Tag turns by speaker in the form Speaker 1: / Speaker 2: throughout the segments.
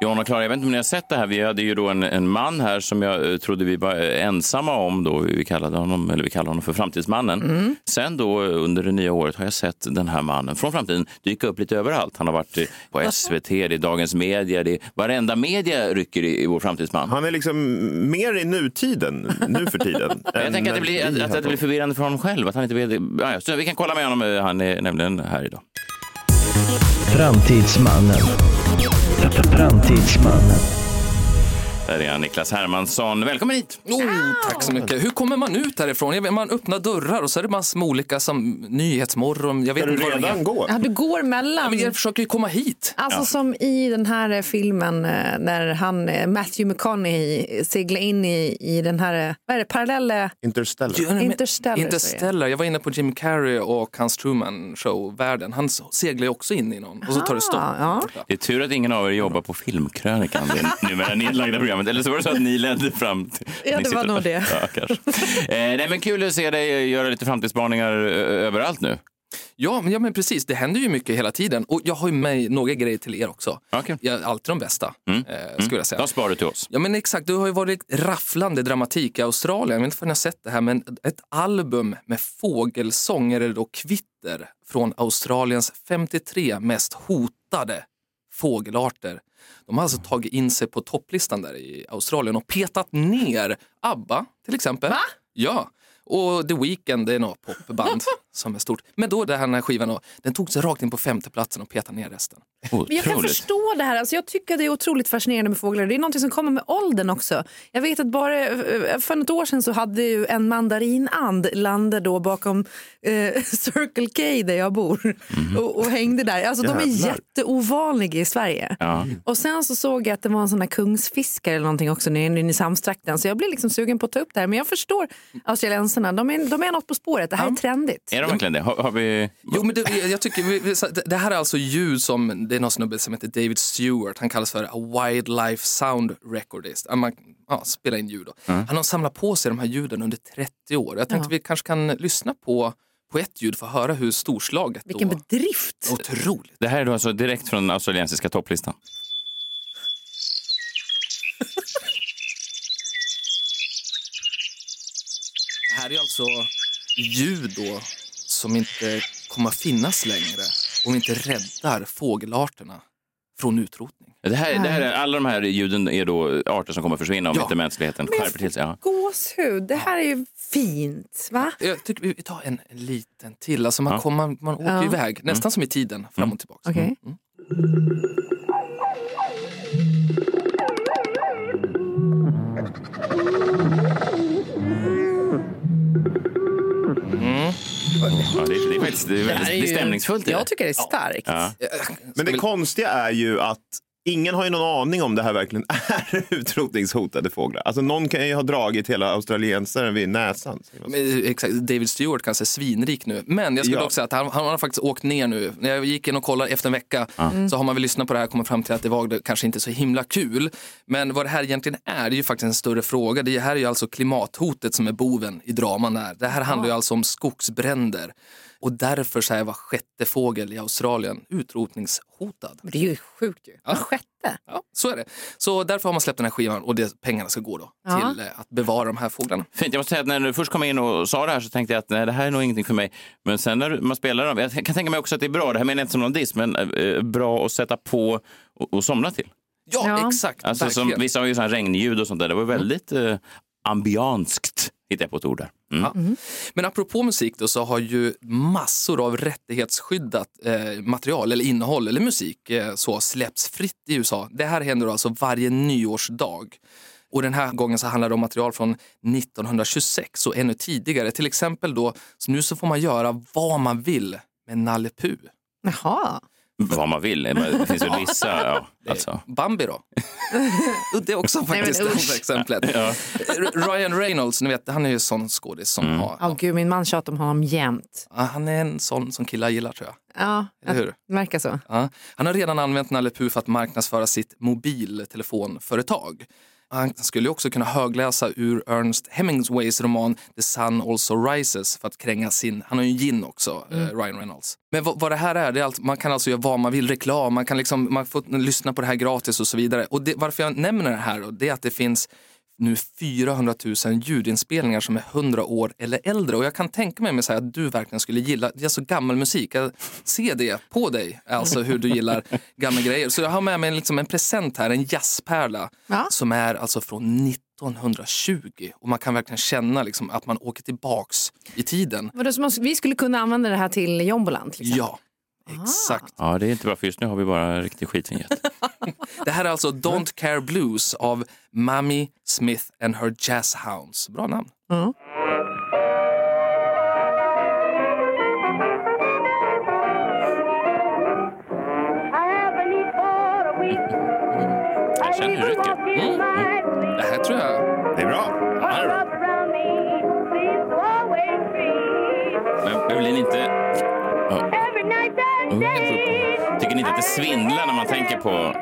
Speaker 1: John och Klara, jag vet inte om ni har sett det här. Vi hade ju då en, en man här som jag eh, trodde vi var eh, ensamma om då. Vi kallade honom, eller vi kallade honom för Framtidsmannen. Sen då eh, under det nya året har jag sett den här mannen från framtiden dyka upp lite överallt. Han har varit eh, på SVT, det är Dagens Media, det är, varenda media rycker i, i vår Framtidsman.
Speaker 2: Han är liksom mer i nutiden, nu för tiden.
Speaker 1: Jag tänker att det, blir, att, att det blir förvirrande för honom själv. Att han inte vet, ja, ja, så vi kan kolla med honom, eh, han är nämligen här idag.
Speaker 3: Framtidsmannen. Framtidsmannen.
Speaker 1: Där är han, Niklas Hermansson. Välkommen hit!
Speaker 4: Oh, tack så mycket. Hur kommer man ut härifrån? Jag vet, man öppnar dörrar och så är det massor med olika som Nyhetsmorgon. Jag vet
Speaker 2: Ska du
Speaker 4: inte vad de
Speaker 2: redan
Speaker 4: är.
Speaker 2: gå?
Speaker 5: Ja, du går mellan.
Speaker 4: Ja, men jag försöker ju komma hit.
Speaker 5: Alltså som i den här eh, filmen eh, när han, eh, Matthew McConaughey eh, seglar in i, i den här, eh, vad är det, parallella...
Speaker 2: Interstellar.
Speaker 4: Ja, men-
Speaker 5: Interstellar,
Speaker 4: Interstellar. Jag var inne på Jim Carrey och hans Truman Show-världen. Han seglar ju också in i någon och så tar det stopp.
Speaker 5: ja.
Speaker 1: Det är tur att ingen av er jobbar på Filmkrönikan, det numera nedlagda programmet. Eller så var det så att ni ledde fram till...
Speaker 5: Ja,
Speaker 1: ni
Speaker 5: det var
Speaker 1: sitter-
Speaker 5: nog det.
Speaker 1: Ja, kanske. Eh, nej, men kul att se dig göra lite framtidsspaningar eh, överallt nu.
Speaker 4: Ja, men, ja, men precis. Det händer ju mycket hela tiden. Och jag har ju med några grejer till er också.
Speaker 1: Okej.
Speaker 4: Jag är alltid de bästa,
Speaker 2: Mm.
Speaker 4: eh, skulle jag säga.
Speaker 1: Vad sparar du till oss?
Speaker 4: Ja men exakt, det har ju varit rafflande dramatik i Australien. Jag vet inte om ni har sett det här men ett album med fågelsång eller då kvitter från Australiens 53 mest hotade fågelarter. De har alltså tagit in sig på topplistan där i Australien och petat ner ABBA till exempel. Va? Ja. Och The Weeknd det är något popband som är stort. Men då den här skivan, då, den tog sig rakt in på femteplatsen och petade ner resten.
Speaker 5: Men jag kan
Speaker 1: Otroligt.
Speaker 5: förstå det här. Alltså jag tycker det är otroligt fascinerande med fåglar. Det är något som kommer med åldern också. Jag vet att bara eh, för något år sedan så hade ju en mandarinand landat då bakom eh, Circle K där jag bor
Speaker 1: Mhm.
Speaker 5: och, och hängde där. Alltså de är
Speaker 2: Jävlar.
Speaker 5: jätteovanliga i Sverige.
Speaker 1: Ja.
Speaker 5: Och sen så såg jag att det var en sån här kungsfiskare eller någonting också nere i Nynäshamnstrakten. Så jag blev liksom sugen på att ta upp det här. Men jag förstår australiensarna. De är, de är något på spåret. Det här är trendigt.
Speaker 1: Är de verkligen det? Har, har vi...
Speaker 4: Jo, men det, jag tycker, vi- vi- så- det- det här är alltså ljud som, det är någon snubbe som heter David Stewart, han kallas för a wildlife sound recordist. Ja, Man ja, spelar in ljud. Då. Han har samlat på sig de här ljuden under 30 år. Jag tänkte vi kanske kan lyssna på, på ett ljud för att höra hur storslaget
Speaker 5: Vilken
Speaker 4: då...
Speaker 5: bedrift!
Speaker 4: Otroligt.
Speaker 1: Det här är då alltså direkt från australiensiska topplistan.
Speaker 4: Det här är alltså ljud då som inte kommer att finnas längre om vi inte räddar fågelarterna från utrotning.
Speaker 1: Det här, det här, är- alla de här ljuden är då arter som kommer att försvinna om
Speaker 4: Ja.
Speaker 1: inte mänskligheten skärper till sig. Ja.
Speaker 5: Gåshud, det här är ju fint. Va?
Speaker 4: Jag tycker vi vi tar en en liten till. Alltså man,
Speaker 1: Ja.
Speaker 4: kommer, man, man åker
Speaker 5: Ja.
Speaker 4: iväg, nästan som i tiden, fram och tillbaka. Mm.
Speaker 5: Okej.
Speaker 1: Ja, det, är- det är faktiskt det är väldigt, det är stämningsfullt. i det.
Speaker 5: Jag tycker det är starkt.
Speaker 1: Ja.
Speaker 2: Men det konstiga är ju att ingen har ju någon aning om det här verkligen är utrotningshotade fåglar. Alltså någon kan ju ha dragit hela australiensaren vid näsan. säger man så.
Speaker 4: Men, eh, Exakt, David Stewart kanske är svinrik nu. Men jag skulle
Speaker 2: Ja.
Speaker 4: också säga att han, han har faktiskt åkt ner nu. När jag gick in och kollade efter en vecka
Speaker 5: Mm.
Speaker 4: så har man väl lyssnat på det här och kommit fram till att det var det kanske inte så himla kul. Men vad det här egentligen är, det är ju faktiskt en större fråga. Det här är ju alltså klimathotet som är boven i draman här. Det här handlar ju alltså om skogsbränder. Och därför så är var sjätte fågel i Australien utrotningshotad.
Speaker 5: Men det är ju sjukt ju. Var sjätte.
Speaker 4: Ja, så är det. Så därför har man släppt den här skivan och det, pengarna ska gå då
Speaker 5: Ja.
Speaker 4: till eh, att bevara de här fåglarna.
Speaker 1: Fint. Jag måste säga att när du först kom in och sa det här så tänkte jag att nej, det här är nog ingenting för mig. Men sen när du- man spelar dem, jag kan tänka mig också att det är bra, det här menar jag inte som någon diss, men eh, bra att sätta på och, och somna till.
Speaker 4: Ja,
Speaker 5: Ja.
Speaker 4: exakt.
Speaker 1: Alltså, som,
Speaker 4: verkligen.
Speaker 1: vissa har ju sådana regnljud och sånt där, det var väldigt eh, ambianskt, hittade jag på ett ord där. Mm.
Speaker 4: Ja. Men apropå musik då, så har ju massor av rättighetsskyddat eh, material eller innehåll eller musik eh, så släpps fritt i USA. Det här händer då alltså varje nyårsdag. Och den här gången så handlar det om material från 1926 och ännu tidigare. Till exempel då, så nu så får man göra vad man vill med Nalle Puh.
Speaker 5: Jaha.
Speaker 1: Vad man vill, det finns väl vissa. Ja, alltså.
Speaker 4: Bambi då? Och det är också
Speaker 5: men
Speaker 4: faktiskt det
Speaker 5: usch.
Speaker 4: andra exemplet. R- Ryan Reynolds, ni vet, han är ju en sån skådis som har...
Speaker 5: Ja, gud, min man tjatar om honom jämt.
Speaker 4: Ja, Han är en sån som killar gillar tror jag.
Speaker 5: Ja,
Speaker 4: Eller hur?
Speaker 5: det verkar så.
Speaker 4: Ja. Han har redan använt Nalle Puh för att marknadsföra sitt mobiltelefonföretag. Han skulle ju också kunna högläsa ur Ernest Hemingways roman The Sun Also Rises för att kränga sin, han har ju en gin också, eh, Ryan Reynolds. Men vad, vad det här är, det är allt, man kan alltså göra vad man vill, reklam, man kan liksom, man får lyssna på det här gratis och så vidare. Och det, varför jag nämner det här då, det är att det finns nu 400 000 ljudinspelningar som är 100 år eller äldre. Och jag kan tänka mig med så här att du verkligen skulle gilla, det är så gammal musik, jag ser det på dig, alltså hur du gillar gamla grejer. Så jag har med mig liksom en present här, en jazzpärla
Speaker 5: Ja.
Speaker 4: som är alltså från 1920. Och man kan verkligen känna liksom att man åker tillbaks i tiden.
Speaker 5: Vadå, så man, vi skulle kunna använda det här till liksom? jombolan till exempel?
Speaker 4: Ja, exakt.
Speaker 1: Ja, det är inte bra för just nu har vi bara riktig skitvinjett.
Speaker 4: Det här är alltså Don't Care Blues av Mammy Smith and Her Jazz Hounds. Bra namn.
Speaker 5: Mm.
Speaker 3: I have a need for a week. I
Speaker 1: känner Mm,
Speaker 3: even
Speaker 1: rycket.
Speaker 3: walk in my
Speaker 4: Det
Speaker 3: sleep.
Speaker 4: här tror jag
Speaker 2: Det är bra.
Speaker 3: All up around me seems to always be.
Speaker 1: Men Evelin, inte...
Speaker 3: Every night and day.
Speaker 1: Mm, Tycker ni inte att det svindlar när man tänker på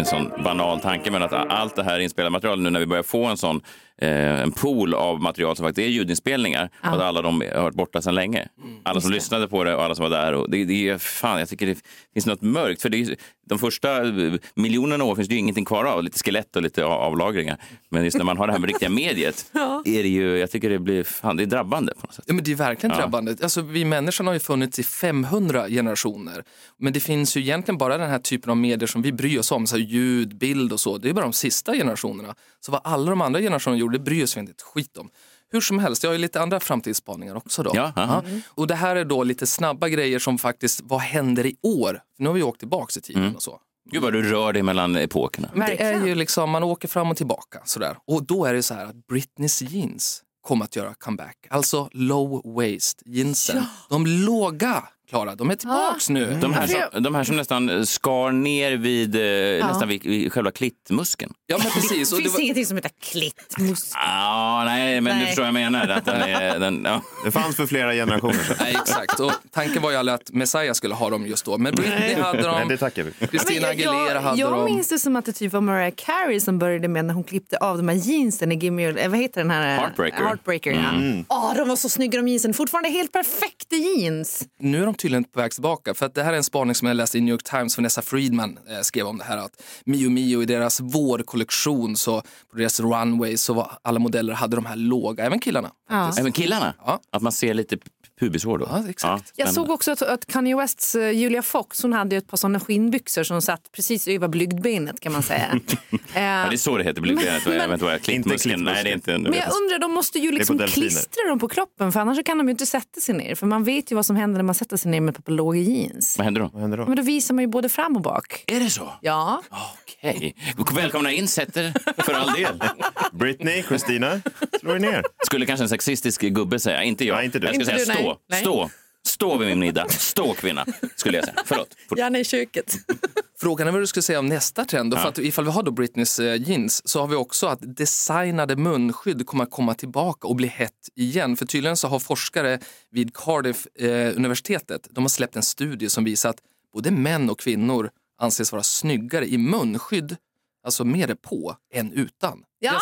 Speaker 1: en sån banal tanke, men att allt det här inspelade materialet nu när vi börjar få en sån eh, en pool av material som faktiskt är ljudinspelningar och att alla de har varit borta sedan länge. Alla som lyssnade på det och alla som var där. Och det, det är, fan, jag tycker det finns något mörkt. För det är, ju- de första eh, miljonerna år finns det ju ingenting kvar av, lite skelett och lite av- avlagringar. Men just när man har det här med riktiga mediet, är det ju, jag tycker det blir, fan, det är drabbande på något sätt.
Speaker 4: Ja, men det är verkligen drabbande. Alltså, vi människan har ju funnits i 500 generationer. Men det finns ju egentligen bara den här typen av medier som vi bryr oss om, så här ljud, bild och så. Det är bara de sista generationerna. Så vad alla de andra generationerna gjorde, det bryr sig vi inte ett skit om. Hur som helst, jag har ju lite andra framtidsspaningar också. Då.
Speaker 1: Ja, aha.
Speaker 4: Och det här är då lite snabba grejer som faktiskt, vad händer i år? För nu har vi ju åkt tillbaks i
Speaker 1: Mm.
Speaker 4: tiden och så.
Speaker 1: Gud vad du rör dig mellan epokerna.
Speaker 4: Det
Speaker 5: Verkligen.
Speaker 4: är ju liksom, man åker fram och tillbaka. Sådär. Och då är det så här att Britneys jeans kommer att göra comeback. Alltså low waist jeansen. De låga, Klara, de är tillbaks nu.
Speaker 1: De här,
Speaker 5: Mm.
Speaker 1: som, de här som nästan skar ner vid, eh, nästan vid, vid själva klittmuskeln.
Speaker 4: Ja, men precis.
Speaker 5: Det
Speaker 4: Och det
Speaker 5: finns
Speaker 4: var,
Speaker 5: ingenting som heter klittmus.
Speaker 1: Ah, nej, men du
Speaker 5: Nej.
Speaker 1: förstår vad jag menar. Att den är, den, ja.
Speaker 2: Det fanns för flera generationer sedan.
Speaker 4: nej, exakt. Och tanken var ju aldrig att Messiah skulle ha dem just då. Men Britney hade
Speaker 2: Men det
Speaker 4: dem,
Speaker 2: tackar vi.
Speaker 4: Christina
Speaker 5: Men jag-
Speaker 4: Aguilera hade
Speaker 5: jag, jag
Speaker 4: dem.
Speaker 5: minns det som att det typ var Mariah Carey som började med när hon klippte av de här jeansen i Gimme Your... eh, Vad heter den här? eh,
Speaker 1: Heartbreaker.
Speaker 5: Heartbreaker, ja. Åh, de var så snygga de jeansen. Fortfarande helt perfekta jeans.
Speaker 4: Nu är de tydligen på väg tillbaka. För att det här är en spaning som jag läste i New York Times. Vanessa Friedman eh, skrev om det här. Att Mio Mio i deras vårkollektion, så på deras runway, så var alla modeller hade de här låga, även killarna.
Speaker 5: Ja.
Speaker 1: Även killarna?
Speaker 4: Ja.
Speaker 1: Att man ser lite p- pubishår då?
Speaker 4: Ja, exakt.
Speaker 5: Jag såg också att, att Kanye Wests eh, Julia Fox hon hade ju ett par såna skinnbyxor som satt precis över blygdbenet kan man säga. Eh,
Speaker 1: Ja, det är så det heter, blir det jag vet inte vad jag- klittmuskeln.
Speaker 2: klittmuskeln.
Speaker 1: Nej, det är inte en,
Speaker 5: Men jag undrar, de måste ju
Speaker 2: på
Speaker 5: liksom
Speaker 2: delfiner.
Speaker 5: klistra dem på kroppen för annars så kan de ju inte sätta sig ner. För man vet ju vad som händer när man sätter sig ner med ett par låga jeans.
Speaker 1: vad händer då?
Speaker 2: Vad händer då?
Speaker 5: Men då visar man ju både fram och bak.
Speaker 1: Är det så?
Speaker 5: Ja.
Speaker 1: Okej. Välkomna in, sätter för all del.
Speaker 2: Britney, Christina, slår er ner.
Speaker 1: Skulle kanske en sexistisk gubbe säga. Inte jag.
Speaker 2: Nej, inte du.
Speaker 1: Jag skulle
Speaker 5: Inte
Speaker 1: säga
Speaker 5: du, nej.
Speaker 1: stå.
Speaker 5: Nej.
Speaker 1: Stå. Stå vid min middag. Stå kvinna, skulle jag säga. Förlåt. Fort-
Speaker 5: Gärna i köket.
Speaker 4: Frågan är vad du skulle säga om nästa trend. Då, För att ifall vi har då Britneys eh, jeans så har vi också att designade munskydd kommer att komma tillbaka och bli hett igen. För tydligen så har forskare vid Cardiff eh, universitetet de har släppt en studie som visar att både män och kvinnor anses vara snyggare i munskydd, alltså med det på, än utan.
Speaker 5: Ja,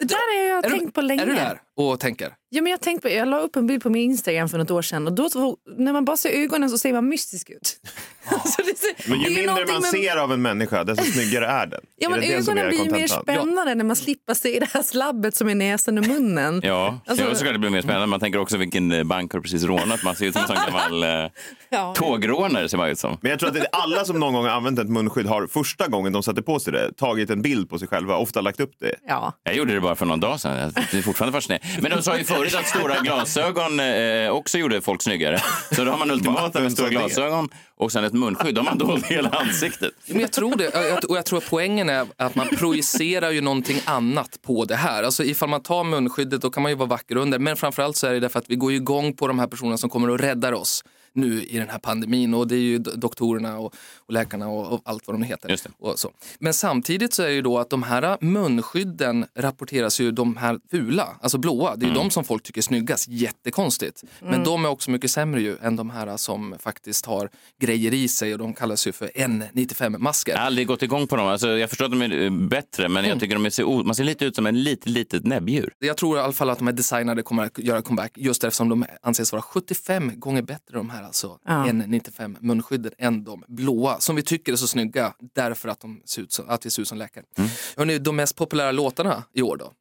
Speaker 5: det där har jag
Speaker 4: Är du-
Speaker 5: tänkt på länge.
Speaker 4: Är du där och tänker?
Speaker 5: Ja, men jag, tänkt på, jag la upp en bild på min Instagram för något år sedan och då, så- när man bara ser ögonen så ser man mystisk ut. Alltså, det, ser-
Speaker 2: Men
Speaker 5: det är
Speaker 2: ju mindre
Speaker 5: någonting
Speaker 2: man
Speaker 5: med-
Speaker 2: ser av en människa, desto snyggare är den.
Speaker 5: Ja,
Speaker 2: Är
Speaker 5: men
Speaker 2: det det som är
Speaker 5: ögonen blir ju mer
Speaker 2: kontentan?
Speaker 5: spännande när man slipper se det här slabbet som är näsan och munnen.
Speaker 1: Ja,
Speaker 5: Alltså-
Speaker 1: jag såklart det blir mer spännande. Man tänker också vilken eh, bank har precis rånat. Man ser ut som en sån gammal eh,
Speaker 5: Ja.
Speaker 1: tågrånare. Ser man ut som.
Speaker 2: Men jag tror att det är alla som någon gång har använt ett munskydd har första gången de satte på sig det tagit en bild på sig själva, ofta lagt upp det.
Speaker 5: Ja.
Speaker 1: Jag gjorde det bara för någon dag sedan. Jag- Det är fortfarande fascinerande. Men de sa ju förut att stora glasögon eh, också gjorde folk snyggare. Så då har man ultimata med stora
Speaker 2: Vem sa det?
Speaker 1: glasögon och sen ett munskydd. Då har man dolt hela ansiktet.
Speaker 4: Men jag tror det. Jag- Och jag tror att poängen är att man projicerar ju någonting annat på det här. Alltså ifall man tar munskyddet då kan man ju vara vacker under. Men framförallt så är det därför att vi går ju igång på de här personerna som kommer och räddar oss. nu i den här pandemin och det är ju do- doktorerna och, och läkarna och, och allt vad de heter.
Speaker 1: Just det.
Speaker 4: Och så. Men samtidigt så är det ju då att de här munskydden rapporteras ju de här fula, alltså blåa, det är ju de som folk tycker är snyggast, jättekonstigt. Men de är också mycket sämre ju än de här som faktiskt har grejer i sig och de kallas ju för N95-masker.
Speaker 1: Jag har aldrig gått igång på dem. Alltså, jag förstår att de är eh, bättre, men jag tycker de ser, o- man ser lite ut som en litet, litet näbbdjur.
Speaker 4: Jag tror i alla fall att de här designade kommer att göra comeback just eftersom de anses vara 75 gånger bättre de här alltså
Speaker 5: Ja.
Speaker 4: N95 munskydden än de blåa som vi tycker är så snygga därför att, de ser ut som, att vi ser ut som läkare. Hörrni, de mest populära låtarna i år då?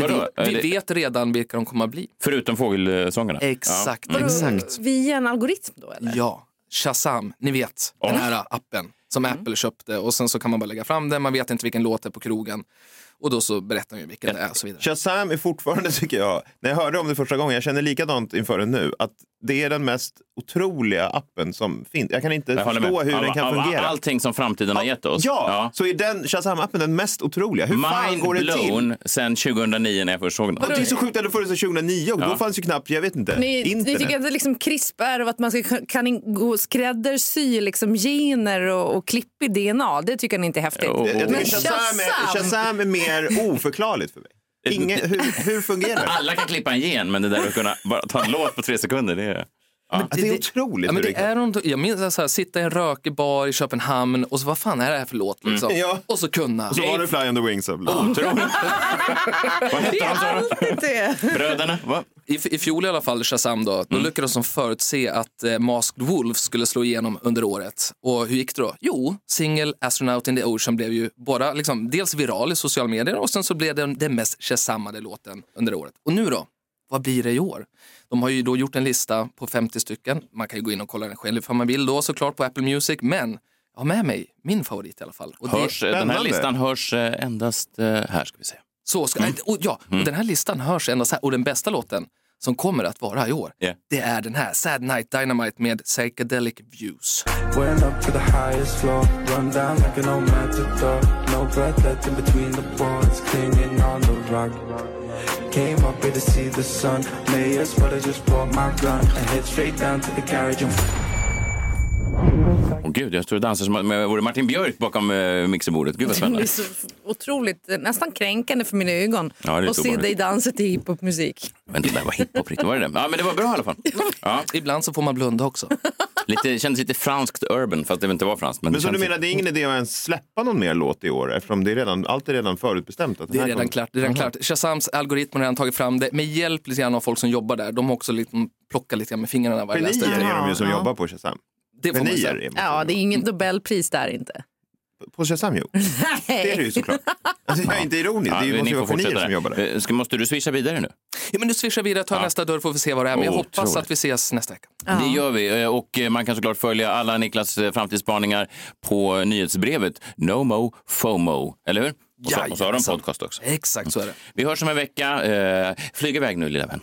Speaker 1: Vadå?
Speaker 4: Vi,
Speaker 1: Eh,
Speaker 4: vi
Speaker 1: det-
Speaker 4: vet redan vilka de kommer att bli.
Speaker 1: Förutom fågelsångarna?
Speaker 2: Eh,
Speaker 4: Exakt,
Speaker 1: Ja. Mm.
Speaker 4: exakt.
Speaker 5: Via en algoritm då eller?
Speaker 4: Ja, Shazam, ni vet den här appen som Apple köpte och sen så kan man bara lägga fram den, man vet inte vilken låt det är på krogen och då så berättar de ju vilken det är och så vidare.
Speaker 2: Shazam är fortfarande, tycker jag, när jag hörde om det första gången, jag känner likadant inför det nu, att det är den mest otroliga appen som finns. Jag kan inte
Speaker 1: Jag håller med.
Speaker 2: förstå hur
Speaker 1: Av-
Speaker 2: den kan
Speaker 1: av-
Speaker 2: fungera.
Speaker 1: Allting som framtiden har gett oss.
Speaker 2: Ja, så är den Shazam-appen den mest otroliga. Hur fan
Speaker 1: Mind
Speaker 2: går det till?
Speaker 1: blown sen 2009 när jag först såg den.
Speaker 2: Och det är så sjukt att det funnits sedan 2009 och då
Speaker 1: Ja.
Speaker 2: fanns ju knappt, jag vet inte,
Speaker 5: Ni, ni
Speaker 2: internet.
Speaker 5: tycker att det liksom CRISP är och att man ska, kan in- gå skräddarsy liksom gener och, och klipp i DNA. Det tycker ni inte är häftigt.
Speaker 1: Jo.
Speaker 2: jag tycker
Speaker 1: Men
Speaker 2: Shazam, är,
Speaker 5: Shazam!
Speaker 2: Shazam är mer oförklarligt för mig. Ingen, hur, hur fungerar det?
Speaker 1: Alla kan klippa en gen, men det där att kunna bara ta en låt på tre sekunder, det är...
Speaker 2: Alltså, det är otroligt
Speaker 4: Ja, men
Speaker 2: hur
Speaker 4: det
Speaker 2: det kan-
Speaker 4: är de, jag minns så här, sitta i en rökig bar i Köpenhamn och så vad fan är det här för låt liksom?
Speaker 2: Mm. Ja.
Speaker 4: Och så kunna.
Speaker 2: Så var det Fly on the Wings
Speaker 4: Oh,
Speaker 2: of Love.
Speaker 1: Otroligt. Vad
Speaker 5: Det
Speaker 1: hette
Speaker 5: är
Speaker 1: han sa du?
Speaker 5: alltid det.
Speaker 1: Bröderna? Va?
Speaker 4: I, I fjol i alla fall, Shazam då, då lyckades de förutse att eh, Masked Wolf skulle slå igenom under året. Och hur gick det då? Jo, single Astronaut in the Ocean blev ju bara liksom, dels viral i sociala medier och sen så blev den den mest shazammade låten under året. Och nu då? Vad blir det i år? De har ju då gjort en lista på 50 stycken. Man kan ju gå in och kolla den själv om man vill då såklart på Apple Music. Men jag har med mig min favorit i alla fall. Och det-
Speaker 1: Hörs, eh, den här
Speaker 2: spännande.
Speaker 1: listan hörs eh, endast eh, här. ska vi se.
Speaker 4: Så ska, och, ja, och den här listan hörs endast här. Och den bästa låten som kommer att vara i år,
Speaker 1: Ja.
Speaker 4: det är den här. Sad Night Dynamite med Psychedelic Views.
Speaker 6: Went up to the highest floor, run down like an old matador. No breath left in between the boards, clinging on the rock. Came up here to see the sun, may as well have just bought my gun and head straight down to the carriage and.
Speaker 1: Åh gud, jag står och dansar som om jag vore Martin Björk bakom eh, mixerbordet. Gud vad
Speaker 5: Det är
Speaker 1: spännande.
Speaker 5: så otroligt, eh, nästan kränkande för mina ögon
Speaker 1: Ja, det är
Speaker 5: att se
Speaker 1: obehagligt.
Speaker 5: dig dansa till hiphopmusik.
Speaker 1: Vänta, det där var hiphop riktigt. Var det det? Ja, men det var bra i alla fall. Ja,
Speaker 4: Ibland så får man blunda också.
Speaker 1: lite, det kändes lite franskt urban, fast det inte var franskt. Men,
Speaker 2: Men så
Speaker 1: det
Speaker 2: du
Speaker 1: kändes-
Speaker 2: menar, det är ingen idé att ens släppa någon mer låt i år eftersom det är redan, allt är redan förutbestämt? Att den
Speaker 4: Det är
Speaker 2: här
Speaker 4: redan
Speaker 2: kommer-
Speaker 4: klart. Det är redan klart. Shazams algoritmer har redan tagit fram det med hjälp lite grann av folk som jobbar där. De har också liksom plockat lite grann med fingrarna. Vad jag läste.
Speaker 2: Genier är de ju som
Speaker 5: Ja.
Speaker 2: jobbar på Shazam.
Speaker 4: Det får man ju
Speaker 2: Genier
Speaker 4: säga.
Speaker 2: är man
Speaker 5: Ja, det är inget Nobelpris där inte.
Speaker 2: På Shazam, jo. Det är det ju såklart. Alltså, jag är inte ironisk.
Speaker 1: Ja,
Speaker 2: det är ju-
Speaker 1: ni
Speaker 2: måste ju
Speaker 1: får
Speaker 2: vara genier
Speaker 1: fortsätta
Speaker 2: som
Speaker 1: där.
Speaker 2: jobbar där.
Speaker 1: Eh, Ska, måste du swisha vidare nu?
Speaker 4: Ja, men nu swishar vi vidare, tar nästa dörr får vi se vad det är. Men jag
Speaker 1: Oh,
Speaker 4: hoppas
Speaker 1: otroligt.
Speaker 4: att vi ses nästa vecka.
Speaker 1: Det gör vi. Eh, Och eh, man kan såklart följa alla Niklas eh, framtidsspaningar på eh, nyhetsbrevet NOMO FOMO. Eller hur? Och så, och så har de
Speaker 4: Jajamensan.
Speaker 1: podcast också.
Speaker 4: Exakt så är det.
Speaker 1: Vi hörs om en vecka. Eh, Flyg iväg nu, lilla vän.